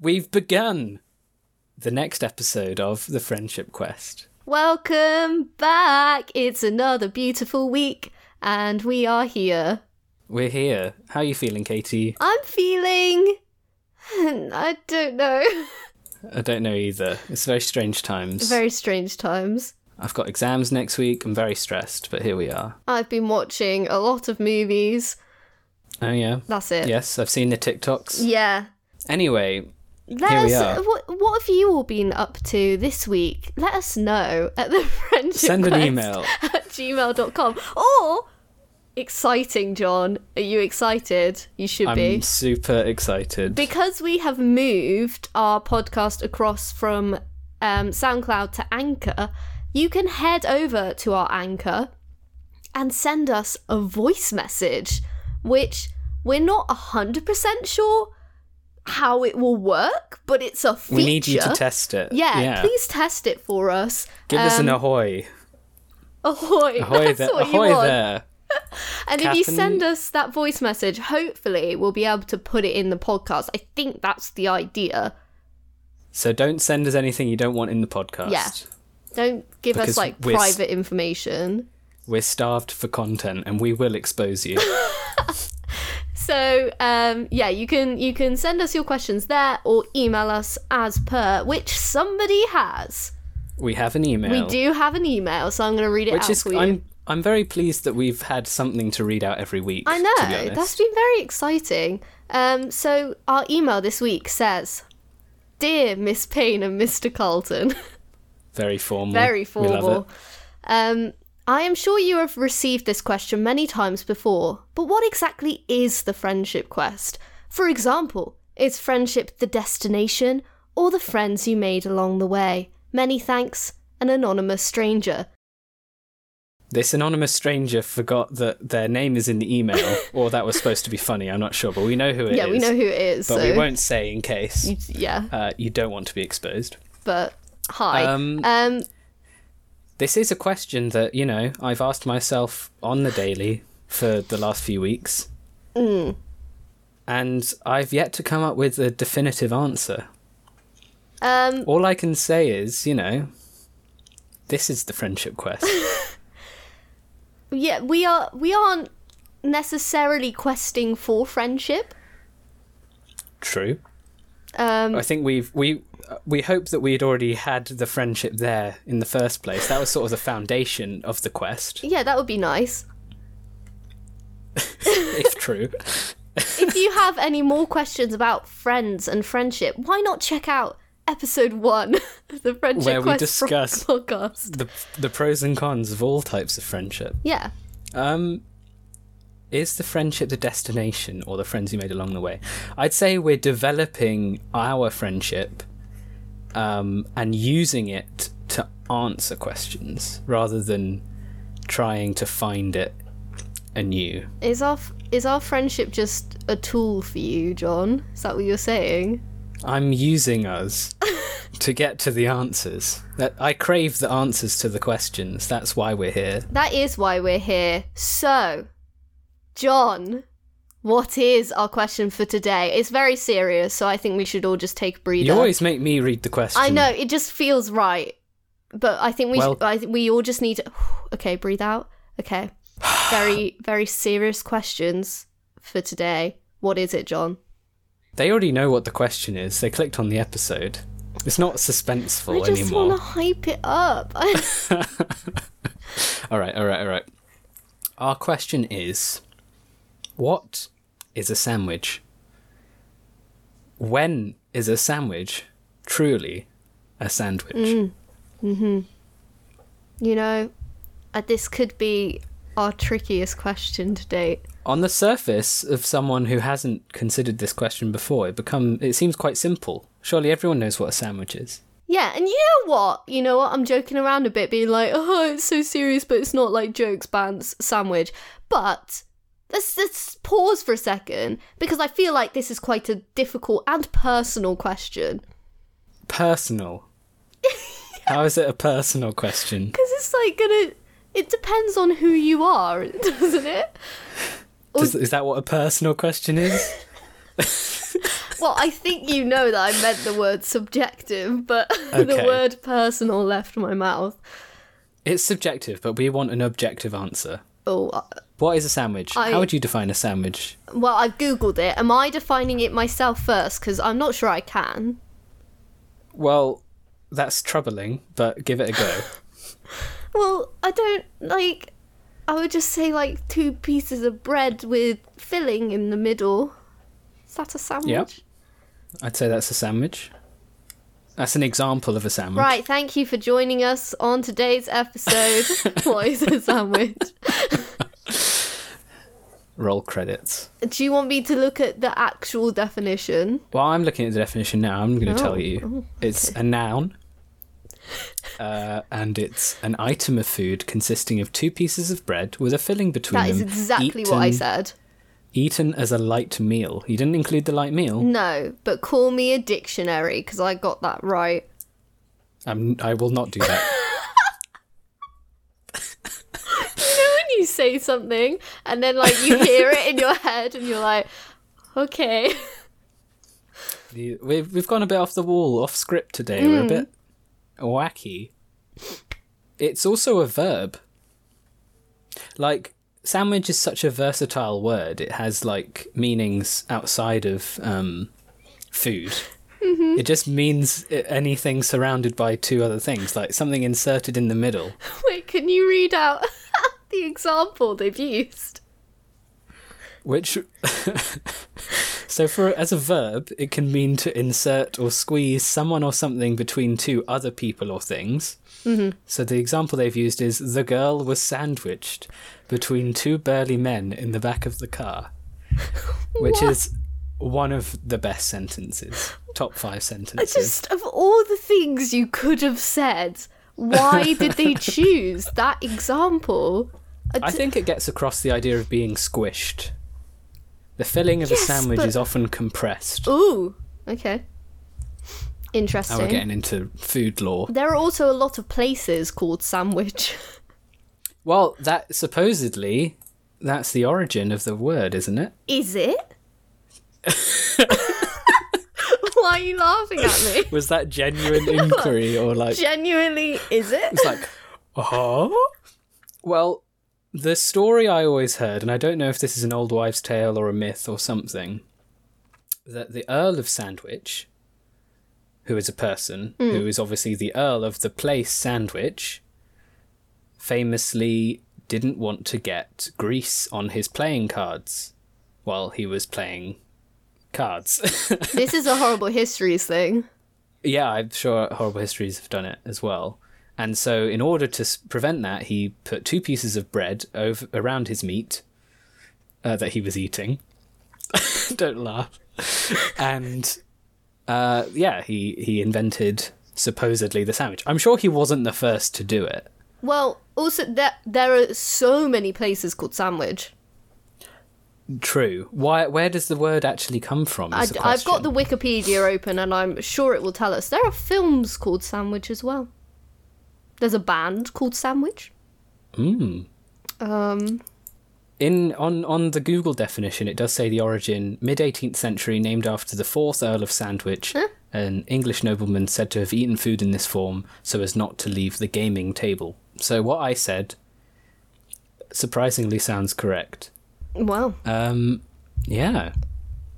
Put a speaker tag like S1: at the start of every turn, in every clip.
S1: we've begun the next episode of The Friendship Quest.
S2: Welcome back. It's another beautiful week, and we are here.
S1: We're here. How are you feeling, Katie?
S2: I'm feeling. I don't know.
S1: I don't know either. It's very strange times.
S2: Very strange times.
S1: I've got exams next week. I'm very stressed, but here we are.
S2: I've been watching a lot of movies.
S1: Oh, yeah.
S2: That's it.
S1: Yes, I've seen the TikToks.
S2: Yeah.
S1: Anyway,
S2: Let
S1: Here
S2: us.
S1: we are.
S2: What What have you all been up to this week? Let us know at the friendship.
S1: send an email.
S2: at gmail.com or exciting john are you excited you should be
S1: I'm super excited.
S2: because we have moved our podcast across from um, SoundCloud to Anchor, you can head over to our Anchor and send us a voice message, which we're not 100% sure how it will work, but it's a feature.
S1: we need you to test it.
S2: yeah, please test it for us.
S1: Give us an
S2: Um,
S1: ahoy.
S2: ahoy.
S1: Ahoy
S2: That's
S1: there.
S2: what you
S1: Ahoy
S2: want.
S1: there.
S2: And if you
S1: Captain-
S2: send us that voice message, hopefully we'll be able to put it in the podcast. I think that's the idea.
S1: So don't send us anything you don't want in the podcast.
S2: Yeah. Don't give
S1: Because
S2: us like
S1: we're s-
S2: private information.
S1: We're starved for content and we will expose you.
S2: So um, yeah, you can you can send us your questions there or email us as per, which somebody has.
S1: we have an email.
S2: We do have an email, so I'm going to read it
S1: Which
S2: out
S1: is
S2: for you.
S1: I'm I'm very pleased that we've had something to read out every week.
S2: I
S1: to be
S2: know
S1: honest.
S2: that's been very exciting. Um, so our email this week says, "Dear Miss Payne and Mr. Carlton."
S1: very formal.
S2: Very
S1: We love
S2: formal. Um, I am sure you have received this question many times before, but what exactly is the friendship quest? For example, is friendship the destination or the friends you made along the way? Many thanks, an anonymous stranger.
S1: it. This anonymous stranger forgot that their name is in the email, or that was supposed to be funny. I'm not sure, but we know who it is.
S2: yeah, we know who it is.
S1: but
S2: so
S1: we won't say in case
S2: Yeah,
S1: uh, you don't want to be exposed.
S2: but hi.
S1: Um,
S2: um
S1: This is a question that you know I've asked myself on the daily for the last few weeks,
S2: Mm.
S1: and I've yet to come up with a definitive answer.
S2: um,
S1: All I can say is, you know, this is the friendship quest.
S2: yeah, we are we aren't necessarily questing for friendship.
S1: True.
S2: Um,
S1: I think we've we we hope that we'd already had the friendship there in the first place. That was sort of the foundation of the quest,
S2: yeah, that would be nice.
S1: if true.
S2: if you have any more questions about friends and friendship, why not check out episode one of the Friendship
S1: Where we
S2: Quest
S1: discuss-
S2: podcast?
S1: The the pros and cons of all types of friendship.
S2: Yeah,
S1: Um, is the friendship the destination or the friends you made along the way? I'd say we're developing our friendship um, and using it to answer questions rather than trying to find it anew.
S2: is our f- is our friendship just a tool for you, John? Is that what you're saying?
S1: I'm using us to get to the answers. That I crave the answers to the questions. That's why we're here.
S2: That is why we're here. So, John, what is our question for today? It's very serious, so I think we should all just take a breather.
S1: You always make me read the question.
S2: I know it just feels right, but I think we
S1: Well-
S2: I think we all just need to. Okay, breathe out. Okay, very very serious questions for today. What is it, John?
S1: They already know what the question is. They clicked on the episode. It's not suspenseful
S2: I just
S1: anymore.
S2: want to hype it up.
S1: All right, all right, all right. Our question is what is a sandwich? When is a sandwich truly a sandwich?
S2: you know, uh, this could be our trickiest question to date.
S1: on the surface of someone who hasn't considered this question before, it become it seems quite simple. Surely everyone knows what a sandwich is.
S2: Yeah, and you know what? You know what? I'm joking around a bit, being like, oh, it's so serious, but it's not like jokes, bands, sandwich. But let's, let's pause for a second because I feel like this is quite a difficult and personal question.
S1: Personal. How is it a personal question?
S2: Because it's like gonna. It depends on who you are, doesn't it?
S1: Does, is that what a personal question is?
S2: Well, I think you know that I meant the word subjective, but the
S1: Okay.
S2: word personal left my mouth.
S1: It's subjective, but we want an objective answer.
S2: Oh, uh,
S1: What is a sandwich?
S2: I-
S1: How would you define a sandwich?
S2: well, I googled it. Am I defining it myself first? Because I'm not sure I can.
S1: Well, that's troubling, but give it a go.
S2: Well, I don't like. I would just say like two pieces of bread with filling in the middle. Is that a sandwich?
S1: I'd say that's a sandwich. That's an example of a sandwich.
S2: Right, thank you for joining us on today's episode. what is a sandwich?
S1: Roll credits.
S2: Do you want me to look at the actual definition?
S1: Well, I'm looking at the definition now. I'm going to
S2: Oh.
S1: tell you. It's a noun. Uh, and it's an item of food consisting of two pieces of bread with a filling between
S2: That is
S1: them.
S2: exactly what I
S1: Mm-hmm. eaten-
S2: said.
S1: Eaten as a light meal. You didn't include the light
S2: Mm.
S1: meal.
S2: No, but call me a dictionary because I got that right.
S1: Um, I will not do that.
S2: When you say something and then like you hear it in your head and you're like, okay.
S1: The- we've, we've gone a bit off the wall, off script today. We're a bit wacky. It's also a verb. Like, sandwich is such a versatile word. It has, like, meanings outside of um, food. It just means i- anything surrounded by two other things, like something inserted in the middle.
S2: Wait, can you read out the example they've used?
S1: Which, so for as a verb, it can mean to insert or squeeze someone or something between two other people or things. Mm-hmm. So the example they've used is the girl was sandwiched between two burly men in the back of the car, which
S2: What?
S1: is one of the best sentences, top five sentences.
S2: Just of all the things you could have said, why did they choose that example?
S1: I think it gets across the idea of being squished. The filling of
S2: Yes,
S1: a sandwich
S2: but-
S1: is often compressed.
S2: Ooh, okay.
S1: Now we're
S2: Interesting.
S1: getting into food law.
S2: There are also a lot of places called sandwich.
S1: Well, that supposedly that's the origin of the word, isn't it?
S2: Is it? Why are you laughing at me?
S1: Was that genuine inquiry or like
S2: Genuinely, is it?
S1: it's like huh? Well, the story I always heard, and I don't know if this is an old wives' tale or a myth or something, that the Earl of Sandwich, who is a person who is obviously the Earl of the place Sandwich, famously didn't want to get grease on his playing cards while he was playing cards.
S2: This is a horrible histories thing.
S1: Yeah, I'm sure Horrible Histories have done it as well. And so, in order to s- prevent that, he put two pieces of bread over, around his meat uh, that he was eating. Don't laugh. and uh, yeah, he he invented supposedly the sandwich. I'm sure he wasn't the first to do it.
S2: Well, also there there are so many places called sandwich.
S1: True. Why? Where does the word actually come from?
S2: I,
S1: Is the
S2: I've
S1: question.
S2: got the Wikipedia open, and I'm sure it will tell us. There are films called Sandwich as well. There's a band called Sandwich. Um,
S1: In on on the Google definition, it does say the origin mid 18th century, named after the fourth Earl of Sandwich,
S2: Hmm.
S1: an English nobleman said to have eaten food in this form so as not to leave the gaming table. So what I said surprisingly sounds correct.
S2: well,
S1: Um, yeah,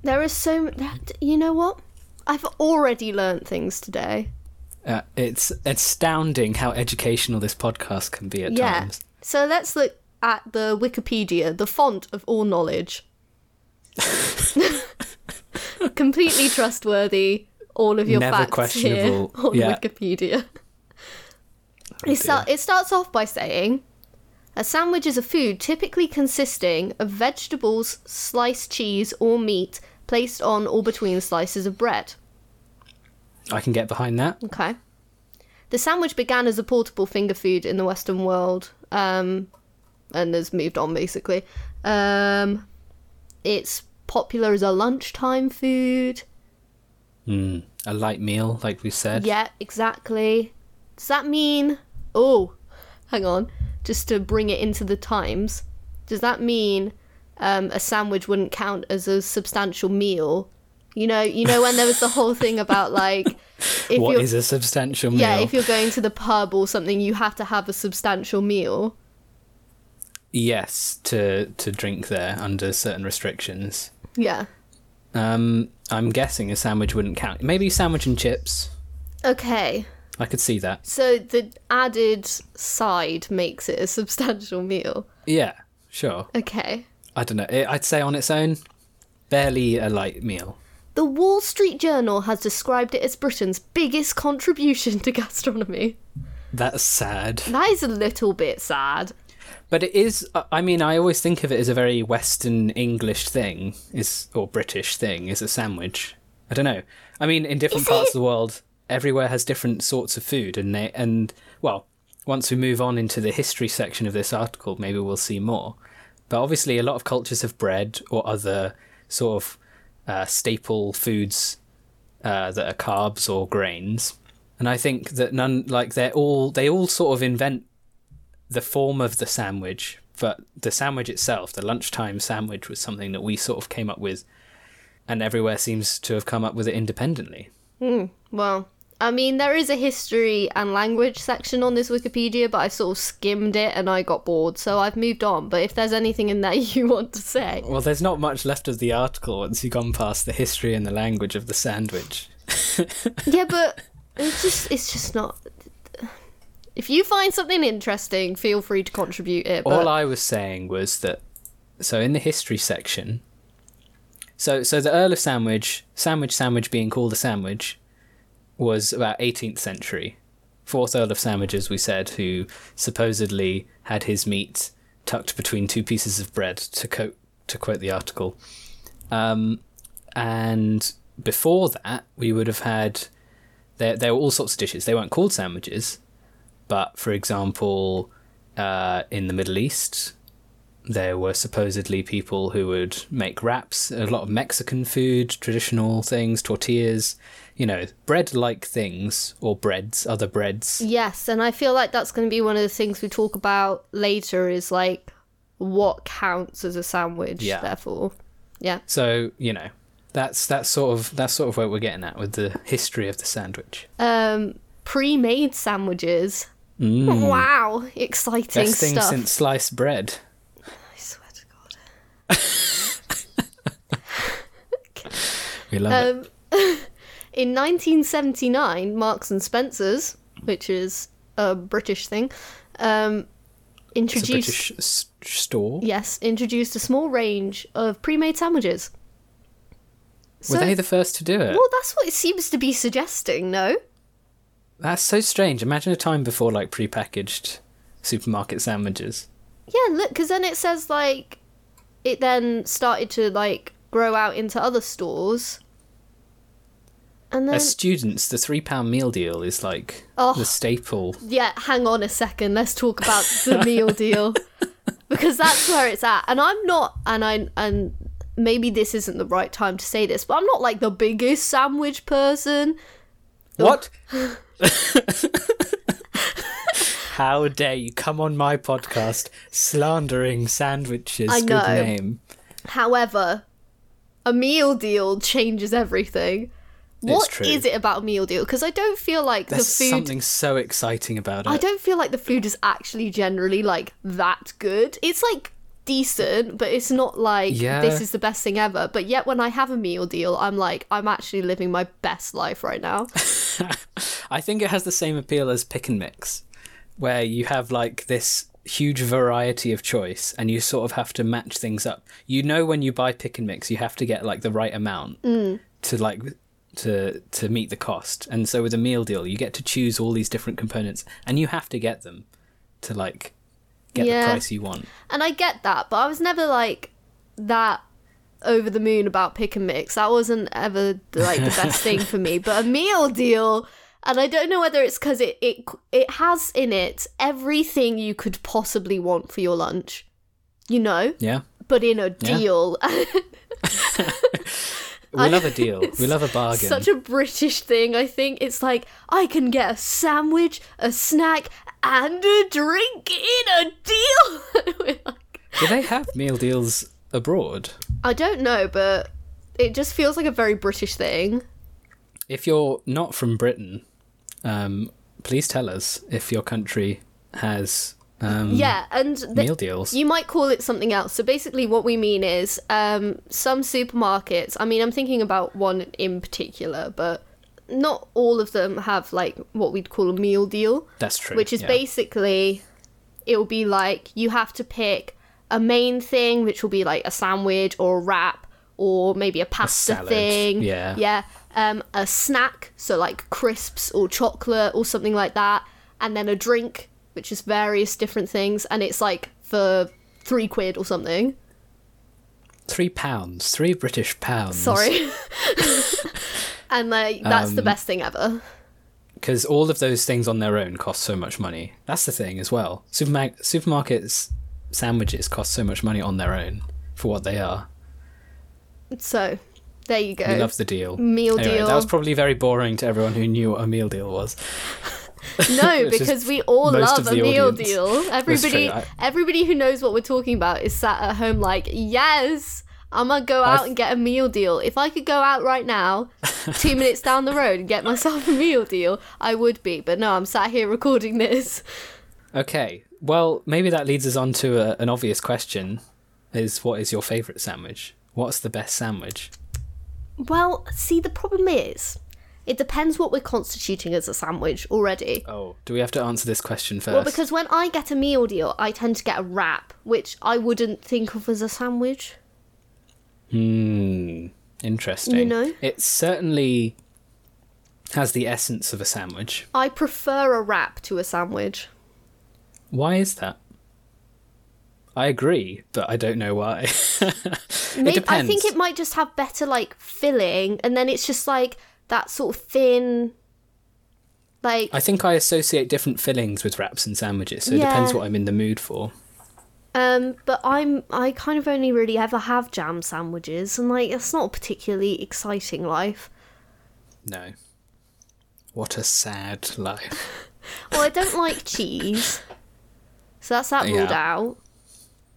S2: there are so m- that you know what? I've already learnt things today.
S1: uh, it's astounding how educational this podcast can be at
S2: Yeah.
S1: times.
S2: So let's look at the Wikipedia, the font of all knowledge. Completely trustworthy. All of your
S1: Never
S2: facts
S1: questionable,
S2: here on
S1: yeah. Oh,
S2: Wikipedia. it, sta- it starts off by saying a sandwich is a food typically consisting of vegetables, sliced cheese, or meat placed on or between slices of bread.
S1: I can get behind that.
S2: Okay. The sandwich began as a portable finger food in the Western world, um, and has moved on basically. Um, it's popular as a lunchtime food.
S1: A light meal, like we said.
S2: Yeah, exactly. Does that mean? Oh, hang on. Just to bring it into the times, does that mean um, a sandwich wouldn't count as a substantial meal. You know, you know when there was the whole thing about like if
S1: What
S2: you're
S1: is a substantial meal?
S2: yeah, if you're going to the pub or something, you have to have a substantial meal.
S1: yes, to to drink there under certain restrictions.
S2: Yeah.
S1: Um, I'm guessing a sandwich wouldn't count. Maybe sandwich and chips.
S2: Okay.
S1: I could see that.
S2: So the added side makes it a substantial meal.
S1: Yeah, sure.
S2: Okay.
S1: I don't know. It, I'd say on its own, barely a light meal.
S2: The Wall Street Journal has described it as Britain's biggest contribution to gastronomy.
S1: That's sad.
S2: That is a little bit sad.
S1: But it is. I- I mean, I always think of it as a very Western English thing, is or British thing, is a sandwich. I don't know. I mean, in different
S2: Is
S1: parts
S2: it?
S1: of the world, everywhere has different sorts of food, and they, and well, once we move on into the history section of this article, maybe we'll see more. But obviously, a lot of cultures have bread or other sort of uh, staple foods uh, that are carbs or grains, and I think that none like they're all they all sort of invent the form of the sandwich, but the sandwich itself, the lunchtime sandwich, was something that we sort of came up with, and everywhere seems to have come up with it independently.
S2: Well, I mean, there is a history and language section on this Wikipedia, but I sort of skimmed it and I got bored, so I've moved on. But if there's anything in there you want to say,
S1: Well, there's not much left of the article once you've gone past the history and the language of the sandwich.
S2: yeah, but it's just it's just not. If you find something interesting, feel free to contribute it. But
S1: All I was saying was that, so in the history section, so so the Earl of Sandwich, sandwich, sandwich being called a sandwich, was about 18th century. Fourth Earl of Sandwich, as we said, who supposedly had his meat tucked between two pieces of bread, to quote to quote the article. Um, and before that, we would have had there there were all sorts of dishes. They weren't called sandwiches, but for example, uh, in the Middle East, there were supposedly people who would make wraps, a lot of Mexican food, traditional things, tortillas, you know, bread-like things or breads, other breads.
S2: Yes, and I feel like that's going to be one of the things we talk about later is like what counts as a sandwich,
S1: Yeah.
S2: therefore. Yeah.
S1: So you know, that's that's sort of that's sort of where we're getting at with the history of the sandwich.
S2: Um pre made sandwiches. Wow. Exciting
S1: Mm. Best thing
S2: stuff.
S1: since sliced bread.
S2: I swear to God.
S1: We love it.
S2: Um, in 1979, Marks and Spencers, which is a British thing, um,
S1: It's a
S2: introduced
S1: British s- store.
S2: yes introduced a small range of pre-made sandwiches.
S1: Were
S2: So-
S1: they the first to do it?
S2: Well, that's what it seems to be suggesting, no?
S1: That's so strange. Imagine a time before like prepackaged supermarket sandwiches.
S2: Yeah, look, because then it says like it then started to like grow out into other stores, and then
S1: As students, the three pound meal deal is like
S2: Um, Oh.
S1: the staple.
S2: yeah, hang on a second, let's talk about the meal deal because that's where it's at, and I'm not, and I and maybe this isn't the right time to say this, but I'm not like the biggest sandwich person.
S1: What?
S2: Oh.
S1: How dare you come on my podcast slandering sandwiches?
S2: I know.
S1: Good name.
S2: However, a meal deal changes everything. What
S1: true.
S2: is it about a meal deal? Because I don't feel like
S1: There's
S2: the food
S1: something so exciting about it.
S2: I don't feel like the food is actually generally like that good. It's like decent, but it's not like
S1: Yeah.
S2: this is the best thing ever. But yet when I have a meal deal, I'm like, I'm actually living my best life right now.
S1: I think it has the same appeal as pick and mix, where you have like this huge variety of choice and you sort of have to match things up. You know when you buy pick and mix, you have to get like the right amount
S2: Mm.
S1: to like to to meet the cost. And so with a meal deal, you get to choose all these different components and you have to get them to like get
S2: Yeah.
S1: the price you want.
S2: and I get that, but I was never like that over the moon about pick and mix. That wasn't ever like the best thing for me. But a meal deal, and I don't know whether it's because it, it it has in it everything you could possibly want for your lunch. You know?
S1: Yeah.
S2: but in a
S1: Yeah.
S2: deal.
S1: We love a deal. We love a bargain.
S2: Such a British thing, I think. It's like, I can get a sandwich, a snack, and a drink in a deal. We're like,
S1: Do they have meal deals abroad?
S2: I don't know, but it just feels like a very British thing.
S1: If you're not from Britain, um, please tell us if your country has um,
S2: Yeah, and the,
S1: meal deals.
S2: you might call it something else. So basically, what we mean is um, some supermarkets. I mean, I'm thinking about one in particular, but not all of them have like what we'd call a meal deal.
S1: That's true.
S2: which is
S1: yeah.
S2: basically it will be like you have to pick a main thing which will be like a sandwich or a wrap or maybe a pasta
S1: salad,
S2: thing
S1: yeah.
S2: yeah um, a snack so like crisps or chocolate or something like that and then a drink which is various different things and it's like for three quid or something
S1: three pounds, three British pounds.
S2: sorry and like that's
S1: Um,
S2: the best thing ever
S1: because all of those things on their own cost so much money. That's the thing as well. Superma- supermarkets sandwiches cost so much money on their own for what they are.
S2: so there you go
S1: We love the deal.
S2: Uh, Meal
S1: Anyway,
S2: deal.
S1: That was probably very boring to everyone who knew what a meal deal was.
S2: No,
S1: Which is
S2: because we all
S1: most
S2: love
S1: of
S2: a
S1: the
S2: meal
S1: audience.
S2: deal. Everybody,
S1: I-
S2: everybody who knows what we're talking about is sat at home like, yes, I'm gonna go out
S1: th-
S2: and get a meal deal. If I could go out right now, two minutes down the road and get myself a meal deal, I would be. But no, I'm sat here recording this.
S1: Okay, well, maybe that leads us on to a, an obvious question: is what is your favourite sandwich? What's the best sandwich?
S2: Well, see, the problem is, it depends what we're constituting as a sandwich already.
S1: Oh, do we have to answer this question first?
S2: Well, because when I get a meal deal, I tend to get a wrap, which I wouldn't think of as a sandwich.
S1: Hmm. Interesting.
S2: You know?
S1: It certainly has the essence of a sandwich.
S2: I prefer a wrap to a sandwich.
S1: Why is that? I agree, but I don't know why. it
S2: Maybe,
S1: depends.
S2: I think it might just have better like filling, and then it's just like that sort of thin, like
S1: I think I associate different fillings with wraps and sandwiches, so it depends
S2: Yeah.
S1: what I'm in the mood for.
S2: um. But I'm I kind of only really ever have jam sandwiches, and like it's not a particularly exciting life.
S1: No. What a sad life.
S2: Well, I don't like cheese, so that's that
S1: Yeah.
S2: ruled out.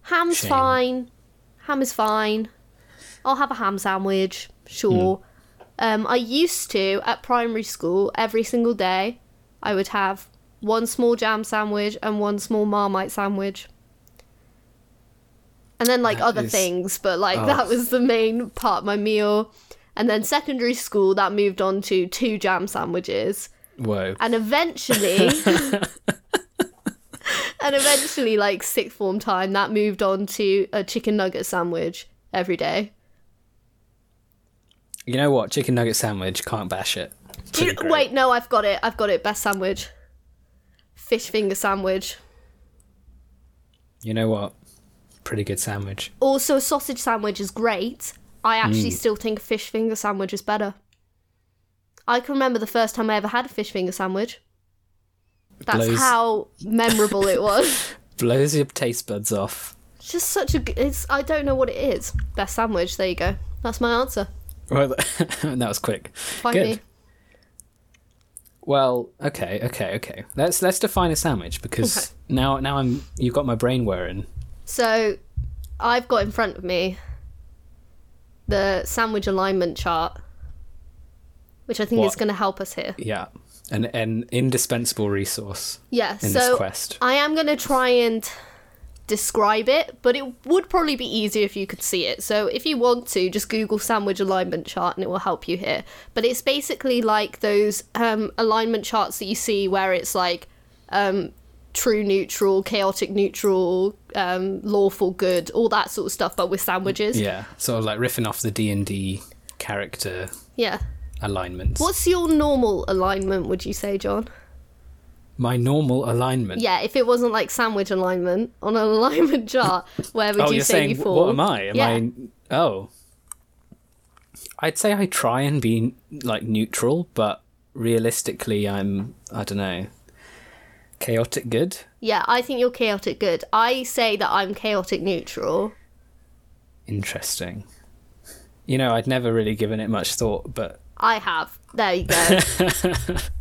S2: Ham's
S1: Shame.
S2: fine. Ham is fine. I'll have a ham sandwich, sure.
S1: Hmm.
S2: Um, I used to at primary school every single day. I would have one small jam sandwich and one small Marmite sandwich, and then like
S1: That
S2: other
S1: is-
S2: things. But like
S1: Oh.
S2: that was the main part of my meal. And then secondary school, that moved on to two jam sandwiches
S1: Whoa.
S2: and eventually and eventually like sixth form time that moved on to a chicken nugget sandwich every day
S1: You know what? Chicken nugget sandwich, can't bash it.
S2: Do you-
S1: Pretty great.
S2: wait no i've got it i've got it best sandwich fish finger sandwich
S1: You know what? Pretty good sandwich.
S2: also a sausage sandwich is great i actually
S1: Mm.
S2: still think a fish finger sandwich is better i can remember the first time i ever had a fish finger sandwich that's
S1: Blows-
S2: how memorable it was
S1: Blows your taste buds off.
S2: It's just such a g- it's i don't know what it is best sandwich there you go that's my answer
S1: Well, that was quick.
S2: Find
S1: Good.
S2: me.
S1: Well, okay, okay, okay. Let's let's define a sandwich because
S2: Okay.
S1: now now I'm you've got my brain whirring.
S2: So I've got in front of me the sandwich alignment chart, which I think is
S1: What?
S2: going to help us here.
S1: Yeah, an an indispensable resource
S2: Yeah,
S1: in this
S2: so
S1: quest.
S2: I am going to try and describe it, but it would probably be easier if you could see it. So if you want to, just Google sandwich alignment chart and it will help you here. But it's basically like those um, alignment charts that you see where it's like um, true neutral, chaotic neutral, um, lawful good, all that sort of stuff, but with sandwiches.
S1: Yeah, sort of like riffing off the D and D character
S2: Yeah.
S1: alignments.
S2: What's your normal alignment, would you say, John?
S1: my normal alignment?
S2: Yeah, if it wasn't like sandwich alignment on an alignment chart, where would
S1: oh,
S2: you
S1: are
S2: say
S1: saying
S2: you
S1: wh-
S2: fall?
S1: what am I? Am
S2: yeah.
S1: I? Oh, I'd say I try and be like neutral, but realistically, I'm I don't know, chaotic good.
S2: Yeah, I think you're chaotic good. I say that I'm chaotic neutral.
S1: Interesting. You know, I'd never really given it much thought, but
S2: I have. There you go.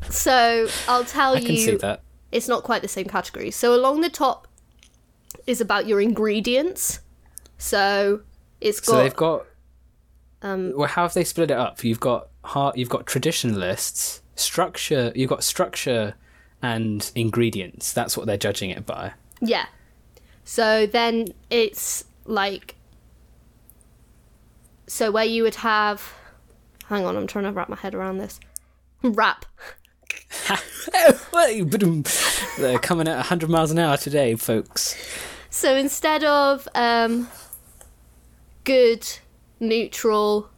S2: so I'll tell
S1: I can see
S2: you,
S1: that.
S2: it's not quite the same category. So along the top is about your ingredients. So It's got,
S1: So they've got
S2: um,
S1: well, how have they split it up? You've got heart, you've got traditionalists, structure, you've got structure and ingredients. That's what they're judging it by.
S2: yeah. So then it's like, so where you would have, hang on, I'm trying to wrap my head around this. Wrap.
S1: Hey, ba-dum. They're coming at 100 miles an hour today, folks.
S2: So instead of um, good, neutral,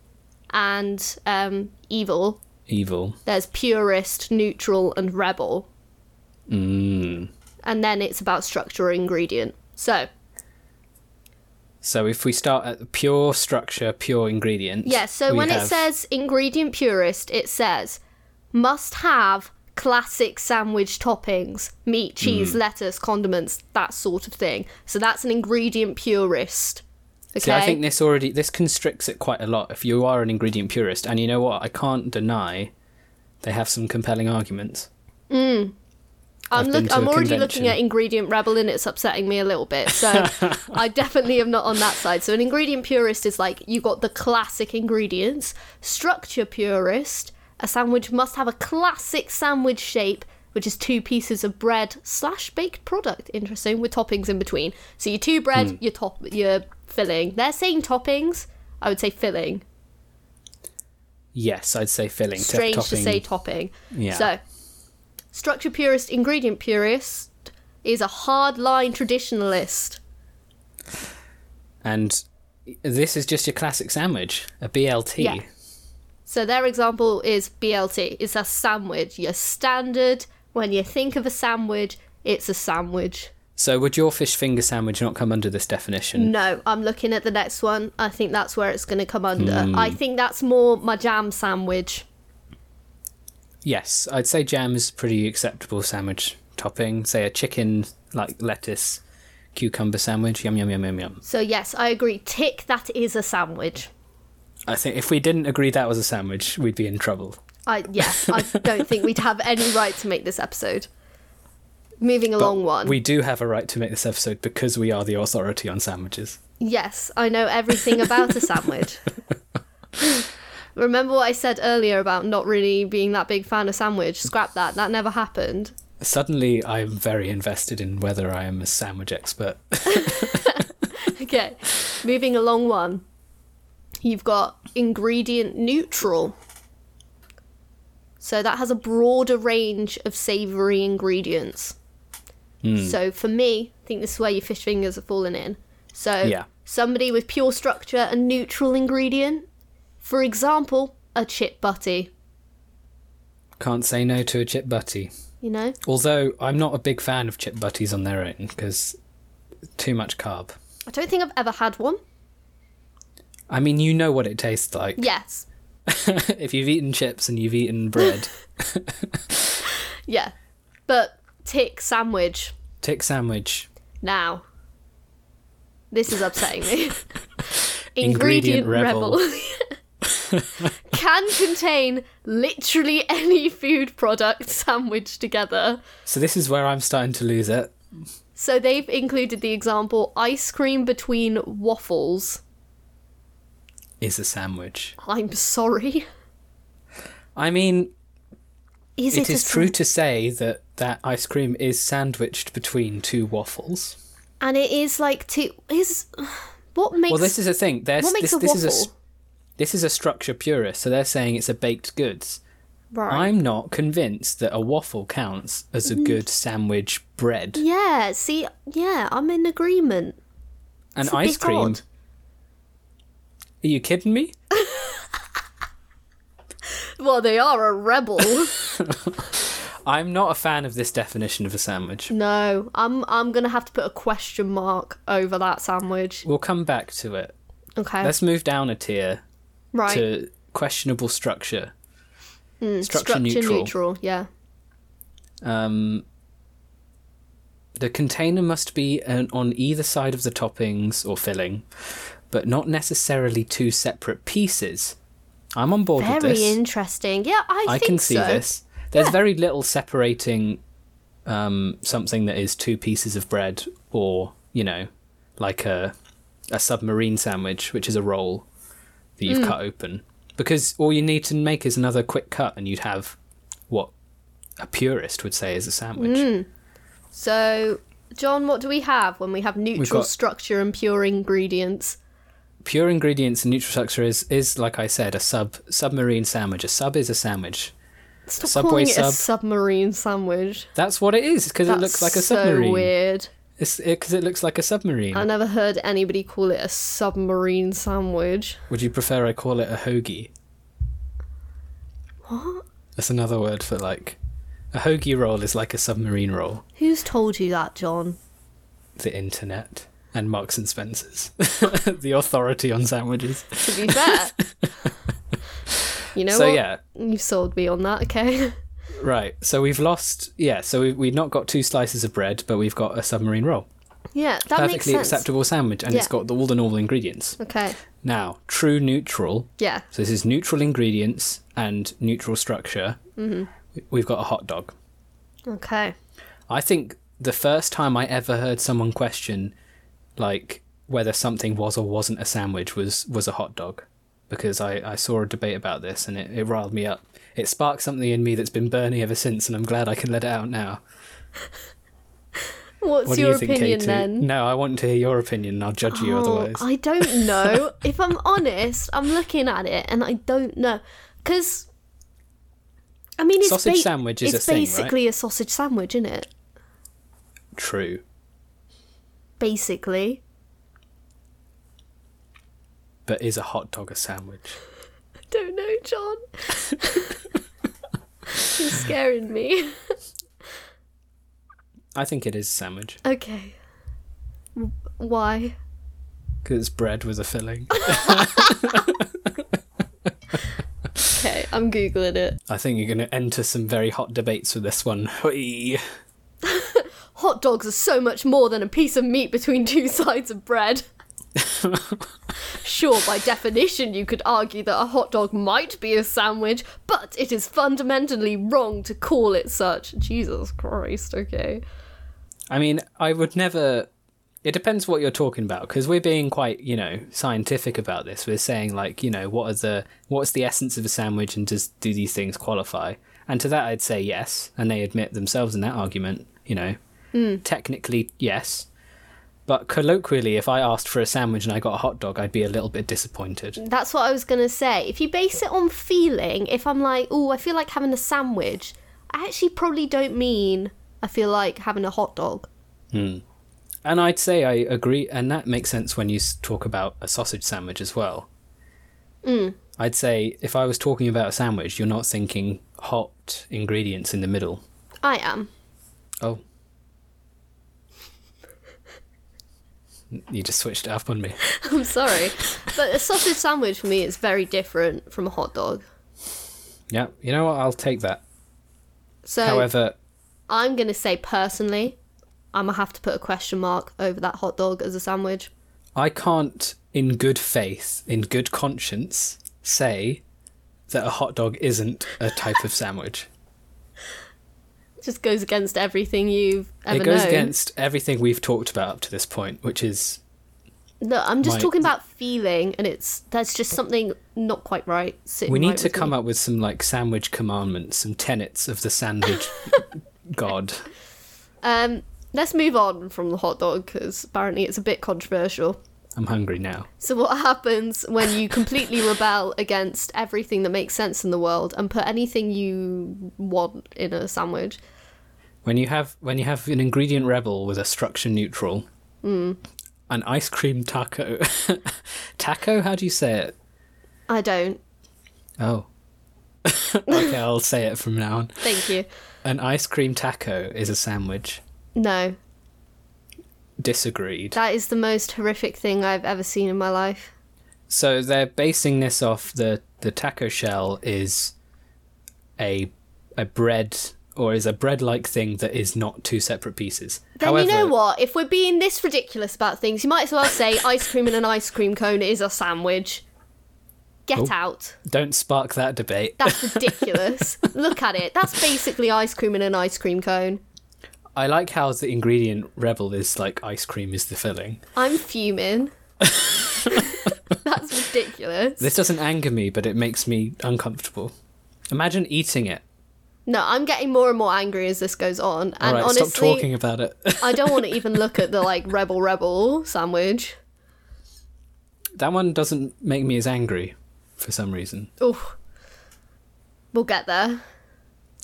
S2: and um, evil,
S1: Evil.
S2: there's purist, neutral, and rebel.
S1: Mm.
S2: And then it's about structure or ingredient. So,
S1: So if we start at the pure structure, pure ingredients.
S2: yeah, so
S1: we
S2: when it
S1: have-
S2: says ingredient purist, it says must have classic sandwich toppings
S1: Mm.
S2: meat, cheese, lettuce, condiments, that sort of thing. So that's an ingredient purist. Okay.
S1: See, I think this already this constricts it quite a lot. If you are an ingredient purist, and you know what, I can't deny, they have some compelling arguments. I've
S2: I'm, look,
S1: been to a
S2: I'm already
S1: convention.
S2: looking at ingredient rebel and it's upsetting me a little bit. So I definitely am not on that side. So an ingredient purist is like you got the classic ingredients. Structure purist, a sandwich must have a classic sandwich shape, which is two pieces of bread slash baked product. Interesting, with toppings in between. So your two bread,
S1: Hmm.
S2: your top, your filling. They're saying toppings. I would say filling.
S1: Yes, I'd say filling. to-
S2: Strange to
S1: topping.
S2: say topping.
S1: Yeah.
S2: So, structure purist, ingredient purist is a hardline traditionalist.
S1: and this is just your classic sandwich, a BLT.
S2: Yeah. So, their example is BLT. It's a sandwich. Your standard, when you think of a sandwich, it's a sandwich.
S1: So would your fish finger sandwich not come under this definition?
S2: No, I'm looking at the next one. I think that's where it's going to come under.
S1: Hmm.
S2: I think that's more my jam sandwich.
S1: Yes, I'd say jam is pretty acceptable sandwich topping. Say a chicken like lettuce cucumber sandwich. Yum yum yum yum yum.
S2: So, yes, I agree. Tick, that is a sandwich.
S1: I think if we didn't agree that was a sandwich, we'd be in trouble.
S2: I, yeah, I don't think we'd have any right to make this episode. Moving
S1: But
S2: along one.
S1: We do have a right to make this episode because we are the authority on sandwiches.
S2: Yes, I know everything about a sandwich. Remember what I said earlier about not really being that big fan of sandwich? Scrap that. That never happened.
S1: Suddenly, I'm very invested in whether I am a sandwich expert.
S2: Okay, moving along one. You've got ingredient neutral. So that has a broader range of savoury ingredients. So for me, I think this is where your fish fingers are falling in. So
S1: Yeah.
S2: somebody with pure structure and neutral ingredient, for example, a chip butty.
S1: Can't say no to a chip butty.
S2: you know
S1: Although I'm not a big fan of chip butties on their own because too much carb.
S2: i don't think i've ever had one
S1: I mean, you know what it tastes like.
S2: yes
S1: if you've eaten chips and you've eaten bread,
S2: yeah but tick sandwich
S1: tick sandwich,
S2: now this is upsetting me
S1: Ingredient rebel.
S2: can contain literally any food product sandwiched together
S1: So this is where I'm starting to lose it.
S2: so they've included the example ice cream between waffles
S1: Is a sandwich.
S2: i'm sorry
S1: I mean,
S2: is it,
S1: it is
S2: a
S1: true to say that that ice cream is sandwiched between two waffles.
S2: and it is like two is what makes
S1: Well, this is the thing. There's,
S2: what makes
S1: this,
S2: a
S1: this
S2: waffle
S1: is a s- this is a structure purist, so they're saying it's a baked goods.
S2: right Mm-hmm.
S1: I'm not convinced that a waffle counts as a good sandwich bread.
S2: Yeah, see, yeah, I'm in agreement.
S1: and
S2: a
S1: ice
S2: bit
S1: cream.
S2: odd.
S1: Are you kidding me?
S2: Well, they are a rebel.
S1: I'm not a fan of this definition of a sandwich.
S2: no, I'm I'm gonna have to put a question mark over that sandwich.
S1: We'll come back to it.
S2: Okay,
S1: Let's move down a tier
S2: right.
S1: to questionable structure. Hmm, structure,
S2: Structure
S1: neutral.
S2: yeah.
S1: Um, the container must be an, on either side of the toppings or filling, but not necessarily two separate pieces. I'm on board with
S2: Very
S1: this.
S2: interesting. Yeah, I,
S1: I
S2: think
S1: can see
S2: so.
S1: this. There's very little separating um, something that is two pieces of bread or, you know, like a a submarine sandwich, which is a roll that
S2: Hmm.
S1: you've cut open. Because all you need to make is another quick cut, and you'd have what a purist would say is a sandwich.
S2: Hmm. So, John, what do we have when we have neutral
S1: got-
S2: structure and pure ingredients?
S1: Pure ingredients and neutral structure is, is like I said, a sub submarine sandwich. A sub is a sandwich.
S2: Stop
S1: Subway
S2: calling it a
S1: sub.
S2: submarine sandwich.
S1: That's what it is, because it
S2: That's
S1: looks like a
S2: so
S1: submarine.
S2: weird.
S1: It's because it looks like a submarine.
S2: I never heard anybody call it a submarine sandwich.
S1: Would you prefer I call it a hoagie?
S2: What?
S1: That's another word for like a hoagie roll is like a submarine roll.
S2: Who's told you that, John?
S1: The internet and Marks and Spencers, the authority on sandwiches.
S2: To be fair. you know
S1: so
S2: what?
S1: yeah,
S2: You've sold me on that, okay?
S1: right. So we've lost. Yeah. So we, we've not got two slices of bread, but we've got a submarine roll.
S2: yeah, that makes
S1: Perfectly
S2: sense.
S1: acceptable sandwich, and it's
S2: Yeah.
S1: got the, all the normal ingredients.
S2: Okay.
S1: Now, true neutral.
S2: Yeah.
S1: So this is neutral ingredients and neutral structure. Mm-hmm. We've got a hot dog.
S2: Okay.
S1: I think the first time I ever heard someone question like whether something was or wasn't a sandwich was was a hot dog because I, I saw a debate about this and it, it riled me up. It sparked something in me that's been burning ever since and I'm glad I can let it out now.
S2: What's
S1: What do
S2: your
S1: you think,
S2: opinion
S1: Katie?
S2: then? Oh,
S1: No, I want to hear your opinion and I'll judge you otherwise.
S2: I don't know. if I'm honest, I'm looking at it and I don't know. Because, I mean, it's,
S1: Sausage
S2: ba-
S1: sandwich is
S2: it's
S1: a thing, right?
S2: basically a sausage sandwich, isn't it?
S1: True.
S2: Basically.
S1: But is a hot dog a sandwich?
S2: I don't know, John. You're scaring me.
S1: I think it is a sandwich
S2: Okay. W- Why?
S1: because it's bread with a filling.
S2: Okay, I'm Googling it.
S1: I think you're going to enter some very hot debates with this one. Hoi.
S2: Hot dogs are so much more than a piece of meat between two sides of bread. sure, by definition, you could argue that a hot dog might be a sandwich, but it is fundamentally wrong to call it such. Jesus Christ, okay.
S1: I mean, I would never. It depends what you're talking about because we're being quite, you know, scientific about this. We're saying like, you know, what are the what's the essence of a sandwich, and does do these things qualify? And to that, I'd say yes, and they admit themselves in that argument. You know, technically yes, but colloquially, if I asked for a sandwich and I got a hot dog, I'd be a little bit disappointed.
S2: That's what I was gonna say. If you base it on feeling, if I'm like, oh, I feel like having a sandwich, I actually probably don't mean I feel like having a hot dog.
S1: And I'd say I agree, and that makes sense when you s- talk about a sausage sandwich as well.
S2: Mm.
S1: I'd say if I was talking about a sandwich, you're not thinking hot ingredients in the middle.
S2: I am.
S1: Oh. You just switched it up on me.
S2: I'm sorry. But a sausage sandwich for me is very different from a hot dog.
S1: Yeah, you know what? I'll take that.
S2: So
S1: However,
S2: I'm going to say personally, I'm going to have to put a question mark over that hot dog as a sandwich.
S1: I can't, in good faith, in good conscience, say that a hot dog isn't a type of sandwich.
S2: It just goes against everything you've ever
S1: it goes
S2: known.
S1: against everything we've talked about up to this point, which is
S2: Look, I'm just
S1: my-
S2: talking about feeling, and it's that's just something not quite right.
S1: we need to come up with some like sandwich commandments, some tenets of the sandwich god.
S2: Um, let's move on from the hot dog because apparently it's a bit controversial.
S1: I'm hungry now.
S2: So, what happens when you completely rebel against everything that makes sense in the world and put anything you want in a sandwich?
S1: When you have when you have an ingredient rebel with a structure neutral, an ice cream taco, taco. How do you say it?
S2: I don't.
S1: Oh, okay, I'll say it from now on.
S2: Thank you.
S1: An ice cream taco is a sandwich.
S2: No,
S1: Disagreed.
S2: that is the most horrific thing I've ever seen in my life.
S1: So they're basing this off the the taco shell is a a bread or is a bread like thing that is not two separate pieces.
S2: Then you know what? If we're being this ridiculous about things, you might as well say ice cream in an ice cream cone is a sandwich. Get
S1: Oh.
S2: out.
S1: Don't spark that debate.
S2: That's ridiculous. Look at it. That's basically ice cream in an ice cream cone.
S1: I like how the ingredient rebel is like ice cream is the filling.
S2: I'm fuming. That's ridiculous.
S1: This doesn't anger me, but it makes me uncomfortable. Imagine eating it.
S2: No, I'm getting more and more angry as this goes on.
S1: All
S2: And
S1: right,
S2: honestly,
S1: stop talking about it.
S2: I don't want to even look at the like rebel rebel sandwich.
S1: that one doesn't make me as angry for some reason.
S2: Oof. We'll get there.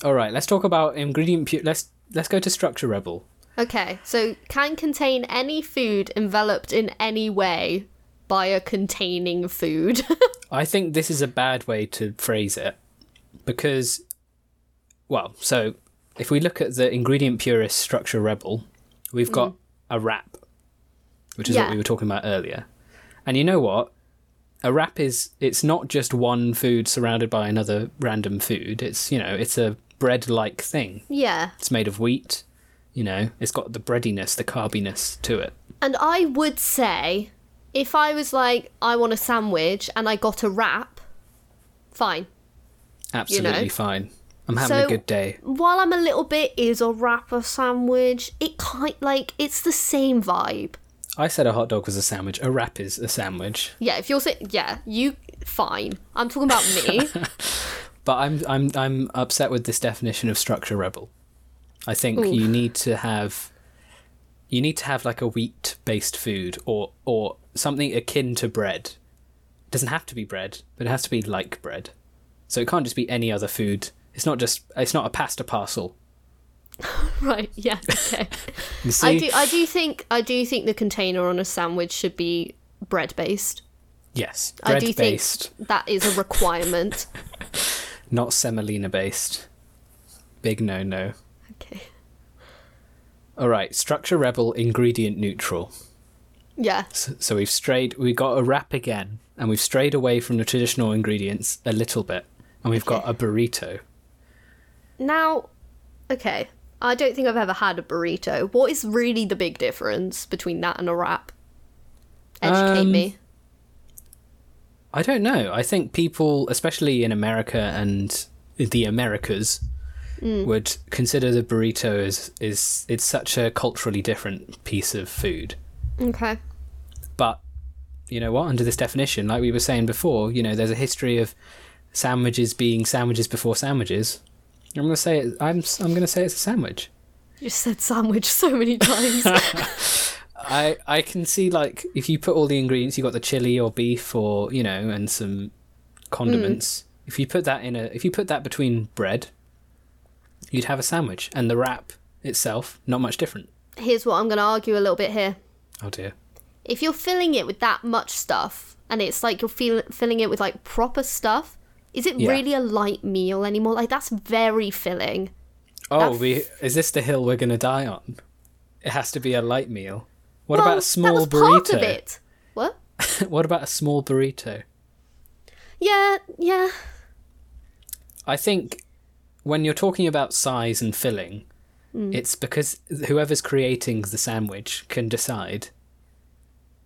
S1: All right, let's talk about ingredient. Pu- let's let's go to structure rebel.
S2: Okay, so can contain any food enveloped in any way by a containing food.
S1: I think this is a bad way to phrase it because, well, so if we look at the ingredient purist structure rebel, we've got a wrap, which is what
S2: Yeah.
S1: we were talking about earlier. And you know what? A wrap is it's not just one food surrounded by another random food. It's you know it's a bread like thing.
S2: yeah.
S1: It's made of wheat. You know, it's got the breadiness, the carbiness to it.
S2: And I would say if I was like, I want a sandwich and I got a wrap, fine.
S1: Absolutely fine. I'm having
S2: So-
S1: a good day.
S2: While I'm a little bit, is a wrap a sandwich? It kind like it's the same vibe.
S1: I said a hot dog was a sandwich. A wrap is a sandwich.
S2: Yeah, if you're saying yeah, you fine. I'm talking about me.
S1: But I'm I'm I'm upset with this definition of structure rebel. I think you need to have you need to have like a wheat based food or or something akin to bread. It doesn't have to be bread, but it has to be like bread. So it can't just be any other food. It's not just it's not a pasta parcel.
S2: right? Yeah. Okay.
S1: You see?
S2: I do. I do think. I do think the container on a sandwich should be bread based.
S1: Yes.
S2: I
S1: Bread
S2: do
S1: based,
S2: think that is a requirement.
S1: not semolina based. Big no no.
S2: okay.
S1: Alright, structure rebel, ingredient neutral.
S2: Yeah.
S1: S- So we've strayed, we got a wrap again, and we've strayed away from the traditional ingredients a little bit, and we've got a burrito.
S2: Now, okay. I don't think I've ever had a burrito. What is really the big difference between that and a wrap? Educate
S1: Um,
S2: me.
S1: I don't know. I think people, especially in America and the Americas, would consider the burrito as is it's such a culturally different piece of food.
S2: Okay.
S1: But you know what? Under this definition, like we were saying before, you know, there's a history of sandwiches being sandwiches before sandwiches. I'm gonna say it, I'm s- I'm gonna say it's a sandwich.
S2: You just said sandwich so many times.
S1: I I can see like if you put all the ingredients, you got the chili or beef or you know, and some condiments. If you put that in a, if you put that between bread, you'd have a sandwich, and the wrap itself not much different.
S2: Here's what I'm going to argue a little bit here.
S1: Oh dear.
S2: if you're filling it with that much stuff and it's like you're feel- filling it with like proper stuff is it
S1: Yeah.
S2: really a light meal anymore like that's very filling
S1: Oh,
S2: That-
S1: we is this the hill we're gonna die on? It has to be a light meal. What
S2: Well,
S1: about a small
S2: that was part of
S1: burrito?
S2: it what
S1: what about a small burrito?
S2: yeah yeah
S1: I think when you're talking about size and filling,
S2: Hmm.
S1: it's because whoever's creating the sandwich can decide.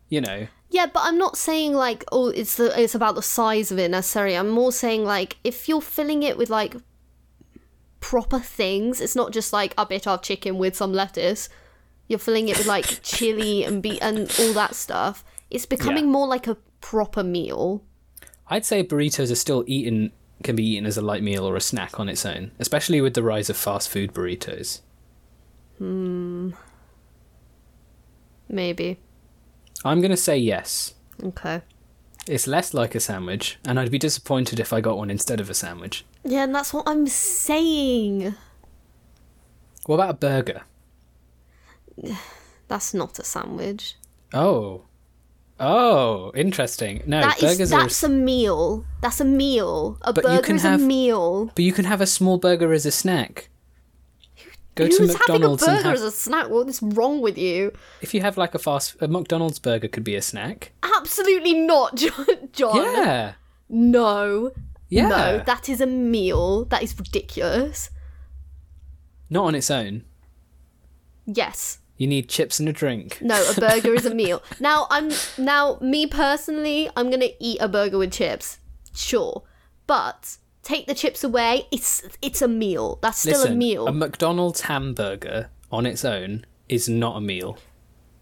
S1: You know,
S2: yeah but i'm not saying like oh it's the it's about the size of it necessarily i'm more saying like if you're filling it with like proper things it's not just like a bit of chicken with some lettuce you're filling it with like chili and be and all that stuff it's becoming more like a proper meal
S1: I'd say burritos are still eaten can be eaten as a light meal or a snack on its own, especially with the rise of fast food burritos.
S2: Maybe.
S1: I'm going to say yes.
S2: Okay.
S1: It's less like a sandwich, and I'd be disappointed if I got one instead of a sandwich.
S2: Yeah, and that's what I'm saying.
S1: What about a burger?
S2: That's not a sandwich.
S1: Oh. Oh, interesting. No,
S2: That
S1: burgers
S2: is
S1: are a
S2: that's a meal. That's a meal. A
S1: But you
S2: burger
S1: can
S2: is
S1: have-
S2: a meal.
S1: But you can have a small burger as a snack. Go to
S2: Who's having a
S1: McDonald's and
S2: burger
S1: have.
S2: as a snack? What is wrong with you?
S1: If you have like a fast, a McDonald's burger could be a snack.
S2: Absolutely not, Jo- John.
S1: Yeah,
S2: No.
S1: yeah.
S2: Oh, No, that is a meal. That is ridiculous.
S1: Not on its own.
S2: Yes.
S1: You need chips and a drink.
S2: No, a burger is a meal. Now I'm now me personally, I'm gonna eat a burger with chips. Sure. But take the chips away, it's it's a meal. That's still
S1: Listen,
S2: a meal.
S1: McDonald's hamburger on its own is not a meal.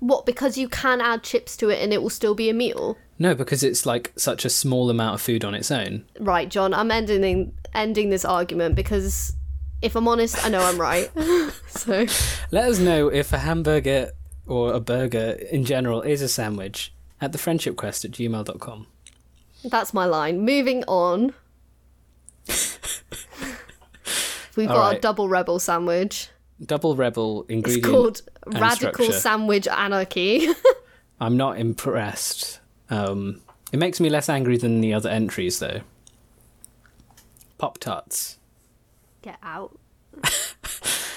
S2: What, because you can add chips to it and it will still be a meal?
S1: No, because it's like such a small amount of food on its own.
S2: Right, John, I'm ending ending this argument because if I'm honest, I know I'm right. so
S1: Let us know if a hamburger or a burger in general is a sandwich at thefriendshipquest at gmail.com.
S2: that's my line. Moving on. We've got a
S1: Alright.
S2: double rebel sandwich.
S1: Double Rebel
S2: It's
S1: ingredient.
S2: called
S1: and
S2: Radical
S1: structure.
S2: Sandwich Anarchy.
S1: I'm not impressed. Um, it makes me less angry than the other entries, though. Pop Tarts.
S2: Get out.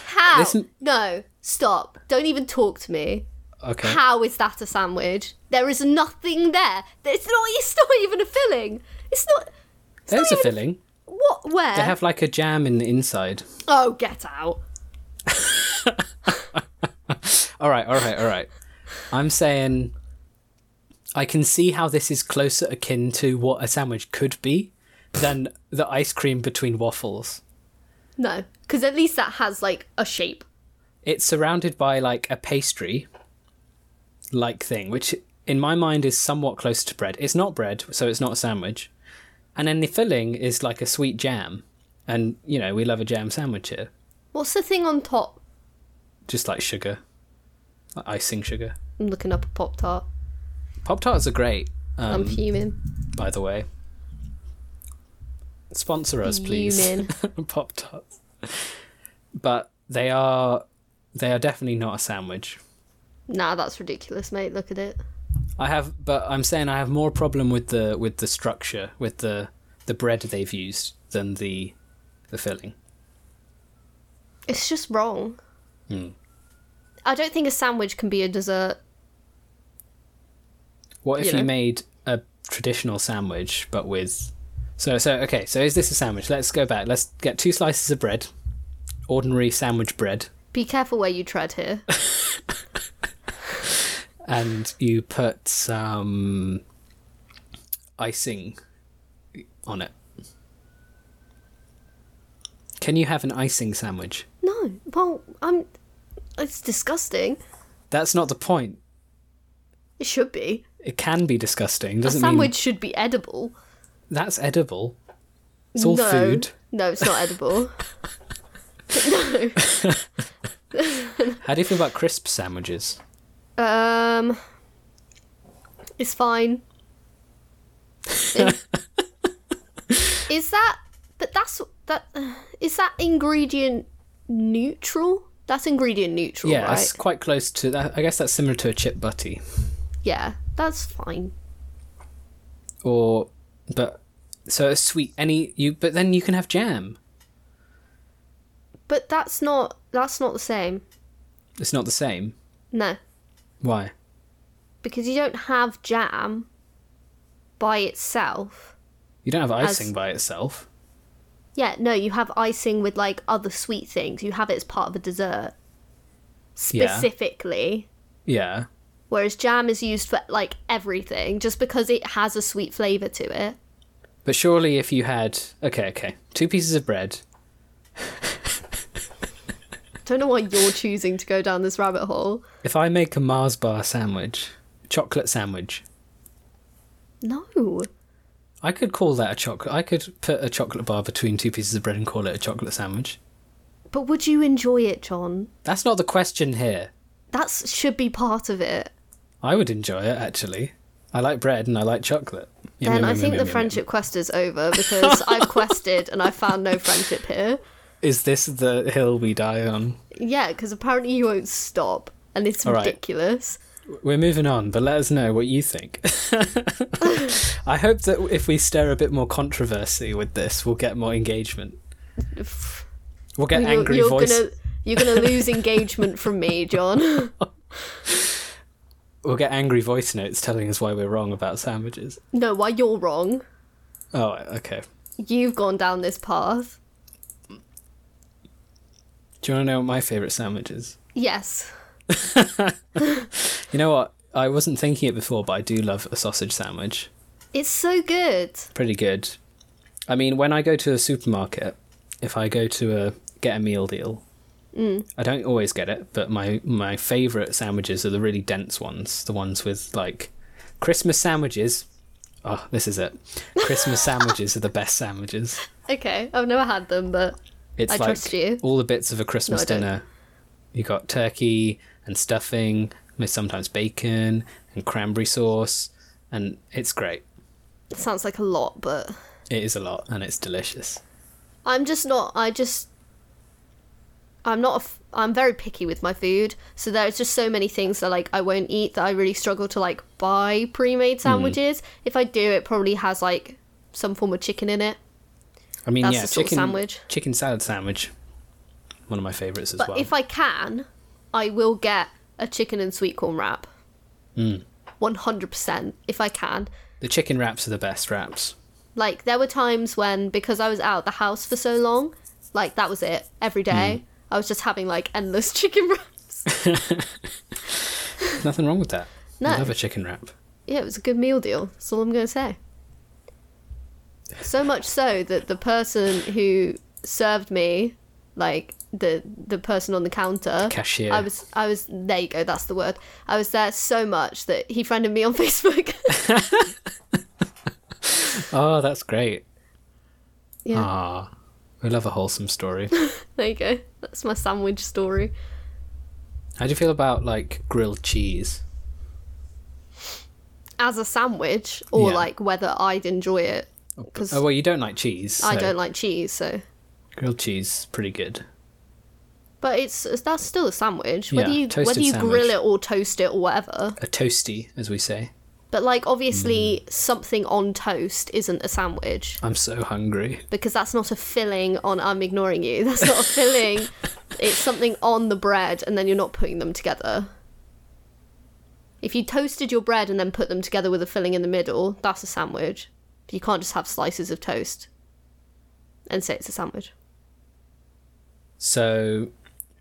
S2: How?
S1: This m-
S2: No, stop. Don't even talk to me.
S1: Okay.
S2: How is that a sandwich? There is nothing there. It's not. It's not even a filling. It's not. It's
S1: There's a
S2: not even-
S1: filling.
S2: What? Where?
S1: They have like a jam in the inside.
S2: Oh, get out.
S1: All right, all right, all right. I'm saying I can see how this is closer akin to what a sandwich could be than the ice cream between waffles.
S2: No, because at least that has like a shape.
S1: It's surrounded by like a pastry like thing, which in my mind is somewhat close to bread. It's not bread, so it's not a sandwich. And then the filling is like a sweet jam. And, you know, we love a jam sandwich here.
S2: What's the thing on top?
S1: Just like sugar, like icing sugar.
S2: I'm looking up a pop tart.
S1: Pop Tarts are great. Um,
S2: I'm fuming.
S1: by the way. Sponsor us, please.
S2: Fuming.
S1: Pop tarts. But they are they are definitely not a sandwich.
S2: Nah, that's ridiculous, mate. Look at it.
S1: I have but I'm saying I have more problem with the with the structure, with the the bread they've used than the the filling.
S2: It's just wrong.
S1: Hmm.
S2: I don't think a sandwich can be a dessert.
S1: What if
S2: You
S1: you,
S2: know.
S1: made a traditional sandwich but with so so okay, so is this a sandwich? Let's go back. Let's get two slices of bread. Ordinary sandwich bread.
S2: Be careful where you tread here.
S1: and you put some icing on it. Can you have an icing sandwich?
S2: no, well, I'm. It's disgusting.
S1: That's not the point.
S2: It should be.
S1: It can be disgusting.
S2: A
S1: Doesn't
S2: sandwich should be edible.
S1: mean that's edible. It's all
S2: no.
S1: food.
S2: No, it's not edible.
S1: How do you feel about crisp sandwiches?
S2: Um, it's fine. is that? But that's that. Is that ingredient neutral? That's ingredient neutral,
S1: Yeah,
S2: right?
S1: that's quite close to that. I guess that's similar to a chip butty,
S2: Yeah, that's fine.
S1: or but so a sweet any you. But then you can have jam.
S2: But that's not that's not the same.
S1: It's not the same.
S2: No,
S1: Why?
S2: because you don't have jam by itself.
S1: You don't have
S2: As-
S1: icing by itself.
S2: Yeah, no, you have icing with like other sweet things. You have it as part of a dessert.
S1: Yeah.
S2: Specifically,
S1: Yeah.
S2: Whereas jam is used for like everything just because it has a sweet flavour to it.
S1: But surely if you had okay, okay, two pieces of bread,
S2: Don't know why you're choosing to go down this rabbit hole.
S1: if I make a Mars bar sandwich, chocolate sandwich,
S2: No.
S1: I could call that a chocolate. I could put a chocolate bar between two pieces of bread and call it a chocolate sandwich.
S2: But would you enjoy it, John?
S1: That's not the question here.
S2: That should be part of it.
S1: I would enjoy it actually. I like bread and I like chocolate. Yum,
S2: then
S1: yum,
S2: I
S1: yum,
S2: think
S1: yum,
S2: the
S1: yum,
S2: friendship quest is over because I've quested and I found no friendship here.
S1: yum. is this the hill we die on?
S2: Yeah, because apparently you won't stop and it's
S1: All right.
S2: ridiculous.
S1: We're moving on, but let us know what you think. I hope that if we stir a bit more controversy with this, we'll get more engagement. We'll get
S2: You're-
S1: angry
S2: you're
S1: voices.
S2: gonna you're gonna lose engagement from me, John.
S1: We'll get angry voice notes telling us why we're wrong about sandwiches.
S2: no, why you're wrong.
S1: Oh, okay.
S2: You've gone down this path.
S1: Do you want to know what my favourite sandwich is?
S2: Yes.
S1: You know what? I wasn't thinking it before, but I do love a sausage sandwich.
S2: It's so good.
S1: Pretty good. I mean, when I go to a supermarket, if I go to a get a meal deal,
S2: Mm.
S1: I don't always get it, but my my favorite sandwiches are the really dense ones, the ones with like Christmas sandwiches. Oh, this is it. Christmas sandwiches are the best sandwiches.
S2: Okay, I've never had them, but
S1: It's
S2: I
S1: like
S2: trust you.
S1: all the bits of a Christmas
S2: I don't.
S1: dinner. You got turkey and stuffing, with sometimes bacon and cranberry sauce, and it's great.
S2: it sounds like a lot, but
S1: It is a lot and it's delicious.
S2: I'm just not. I just. I'm not. A f- I'm very picky with my food, so there's just so many things that like I won't eat that I really struggle to like buy pre-made sandwiches. If I do, it probably has like some form of chicken in it.
S1: I mean,
S2: That's
S1: yeah,
S2: the sort of
S1: chicken
S2: sandwich.
S1: chicken salad sandwich, one of my favorites as
S2: But
S1: well.
S2: if I can, I will get a chicken and sweet corn wrap. One hundred percent, if I can.
S1: the chicken wraps are the best wraps.
S2: Like there were times when because I was out the house for so long, like that was it.
S1: Hmm.
S2: Every day, I was just having like endless chicken wraps.
S1: Nothing wrong with that.
S2: No.
S1: I love a chicken wrap.
S2: Yeah, it was a good meal deal. That's all I'm going to say. So much so that the person who served me, like the the person on the counter,
S1: Cashier.
S2: I was I was there you go. That's the word. I was there so much that he friended me on Facebook.
S1: Oh, that's great.
S2: yeah,
S1: Ah, we love a wholesome story.
S2: there you go. That's my sandwich story.
S1: How do you feel about like grilled cheese?
S2: As a sandwich, or
S1: Yeah.
S2: like whether I'd enjoy it because
S1: Oh well, you don't like cheese.
S2: I
S1: so
S2: don't like cheese. So,
S1: grilled cheese. is Pretty good.
S2: but it's that's still a sandwich. Whether
S1: Yeah,
S2: you
S1: toasted
S2: whether you grill
S1: sandwich.
S2: it or toast it or whatever.
S1: A toasty, as we say.
S2: But like obviously
S1: Mm.
S2: something on toast isn't a sandwich
S1: I'm so hungry.
S2: because that's not a filling on I'm ignoring you. That's not a filling. It's something on the bread and then you're not putting them together. If you toasted your bread and then put them together with a filling in the middle, that's a sandwich. But you can't just have slices of toast and say it's a sandwich.
S1: So,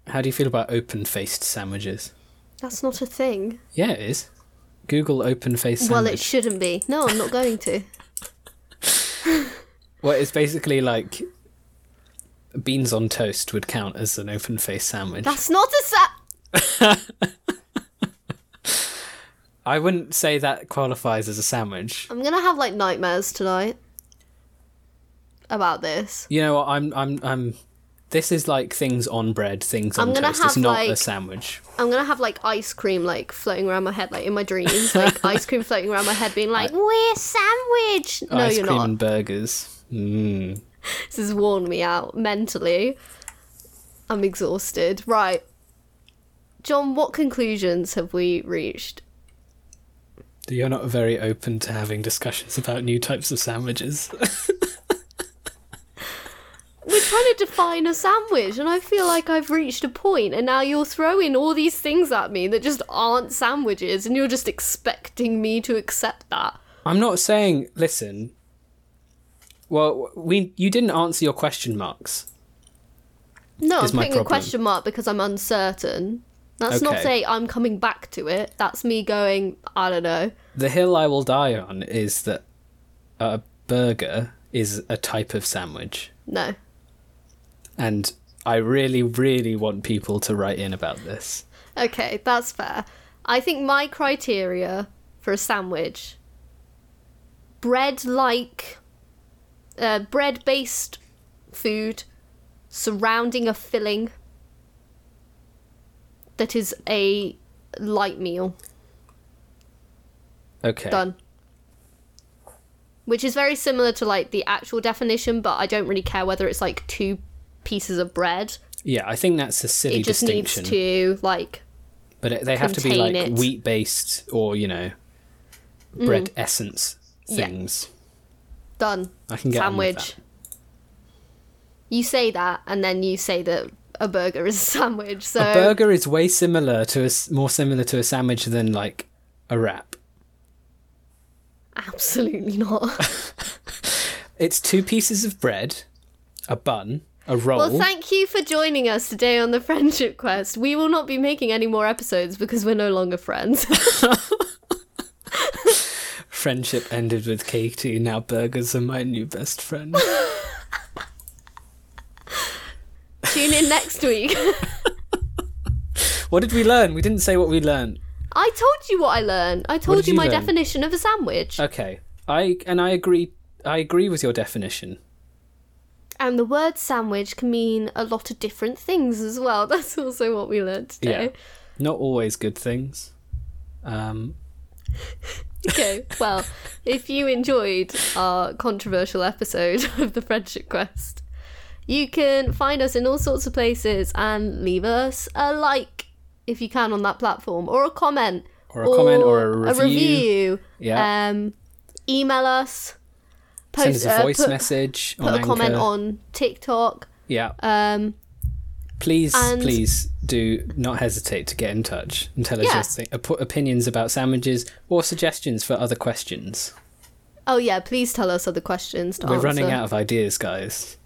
S1: how do you feel about open-faced sandwiches?
S2: That's not a thing.
S1: Yeah, it is. Google open-faced
S2: Well,
S1: sandwich.
S2: it shouldn't be. No, I'm not going to.
S1: Well, it's basically like beans on toast would count as an open faced sandwich.
S2: That's not a sa-
S1: I wouldn't say that qualifies as a sandwich.
S2: I'm going to have like nightmares tonight about this.
S1: You know, what, I'm, I'm, I'm. This is like things on bread, things on
S2: I'm gonna
S1: toast. it's
S2: have,
S1: not a
S2: like-
S1: sandwich.
S2: I'm gonna have like ice cream like floating around my head, like in my dreams, like ice cream floating around my head, being like, "We're sandwich." No,
S1: Ice
S2: you're
S1: cream
S2: not.
S1: and burgers. Mm.
S2: This has worn me out mentally. I'm exhausted. Right, John. What conclusions have we reached?
S1: You're not very open to having discussions about new types of sandwiches.
S2: We're trying to define a sandwich, and I feel like I've reached a point, and now you're throwing all these things at me that just aren't sandwiches, and you're just expecting me to accept that.
S1: I'm not saying. Listen. Well, we you didn't answer your question marks.
S2: No, I'm
S1: is my
S2: putting a
S1: problem.
S2: question mark because I'm uncertain. That's not
S1: Okay.
S2: say I'm coming back to it. That's me going, I don't know.
S1: the hill I will die on is that a burger is a type of sandwich,
S2: No.
S1: and I really, really want people to write in about this.
S2: Okay, that's fair. I think my criteria for a sandwich bread like uh, bread based food surrounding a filling that is a light meal.
S1: Okay,
S2: Done. Which is very similar to like the actual definition, but I don't really care whether it's like two pieces of bread.
S1: yeah, I think that's a silly
S2: it just needs
S1: distinction,
S2: to like
S1: but it, they have to be like
S2: contain it. Mm.
S1: wheat based or you know, bread essence
S2: Yeah.
S1: things.
S2: done
S1: I can get on with
S2: sandwich. You say that, and then you say that a burger is a sandwich. So
S1: that. A burger is way similar to a s- more similar to a sandwich than like a wrap.
S2: absolutely not.
S1: It's two pieces of bread, a bun, a roll.
S2: well, thank you for joining us today on the friendship quest. We will not be making any more episodes because we're no longer friends.
S1: Friendship ended with Katie, now burgers are my new best friend.
S2: Tune in next week.
S1: What did we learn? We didn't say what we learned.
S2: I told you what I learned. I told
S1: did
S2: you
S1: you
S2: my
S1: learn? Uh,
S2: definition of a sandwich.
S1: Okay. I and I agree. I agree with your definition.
S2: and the word sandwich can mean a lot of different things as well. That's also what we learned
S1: Yeah.
S2: today.
S1: Not always good things. Um,
S2: Okay, well, if you enjoyed our controversial episode of the Friendship Quest, you can find us in all sorts of places and leave us a like if you can on that platform, or a comment,
S1: Or a comment, or a review.
S2: review.
S1: yeah.
S2: Um, email us,
S1: Send
S2: post
S1: us a
S2: uh,
S1: voice
S2: put,
S1: message.
S2: put
S1: on
S2: a comment
S1: Anchor.
S2: on TikTok.
S1: Yeah.
S2: Um,
S1: Please,
S2: and-
S1: please do not hesitate to get in touch and tell us
S2: Yeah.
S1: your thi- op- opinions about sandwiches or suggestions for other questions.
S2: oh yeah, please tell us other questions. To
S1: We're
S2: answer.
S1: running out of ideas, guys.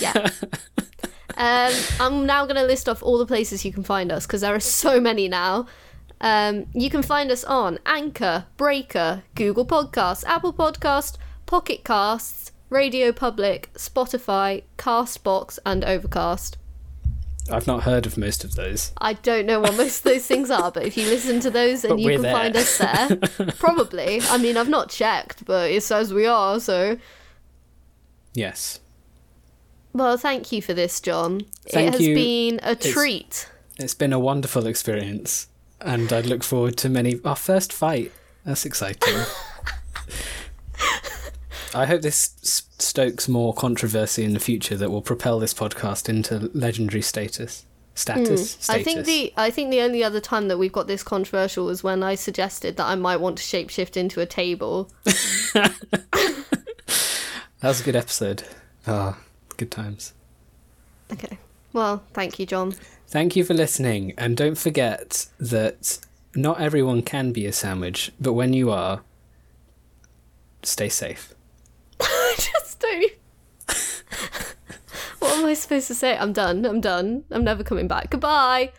S2: Yeah. um, I'm now going to list off all the places you can find us because there are so many now. Um, you can find us on Anchor, Breaker, Google Podcasts, Apple Podcast, Pocket Casts, Radio Public, Spotify, Castbox, and Overcast.
S1: I've not heard of most of those.
S2: I don't know what most of those things are, but if you listen to those, then
S1: But
S2: you
S1: we're
S2: can
S1: there.
S2: find us there. Probably. I mean, I've not checked, but it says we are, so.
S1: Yes.
S2: Well, thank you for this, John. it
S1: Thank
S2: has
S1: you.
S2: been a treat.
S1: It's been a wonderful experience, and I look forward to many. Our first fight. That's exciting. I hope this s- stokes more controversy in the future that will propel this podcast into legendary status. Status. status.
S2: Hmm, I think the I think the only other time that we've got this controversial was when I suggested that I might want to shapeshift into a table.
S1: That was a good episode. Ah, good times.
S2: Okay. Well, thank you, John.
S1: Thank you for listening, and don't forget that not everyone can be a sandwich, but when you are, stay safe.
S2: I just don't. what am I supposed to say? I'm done. I'm done. I'm never coming back. Goodbye.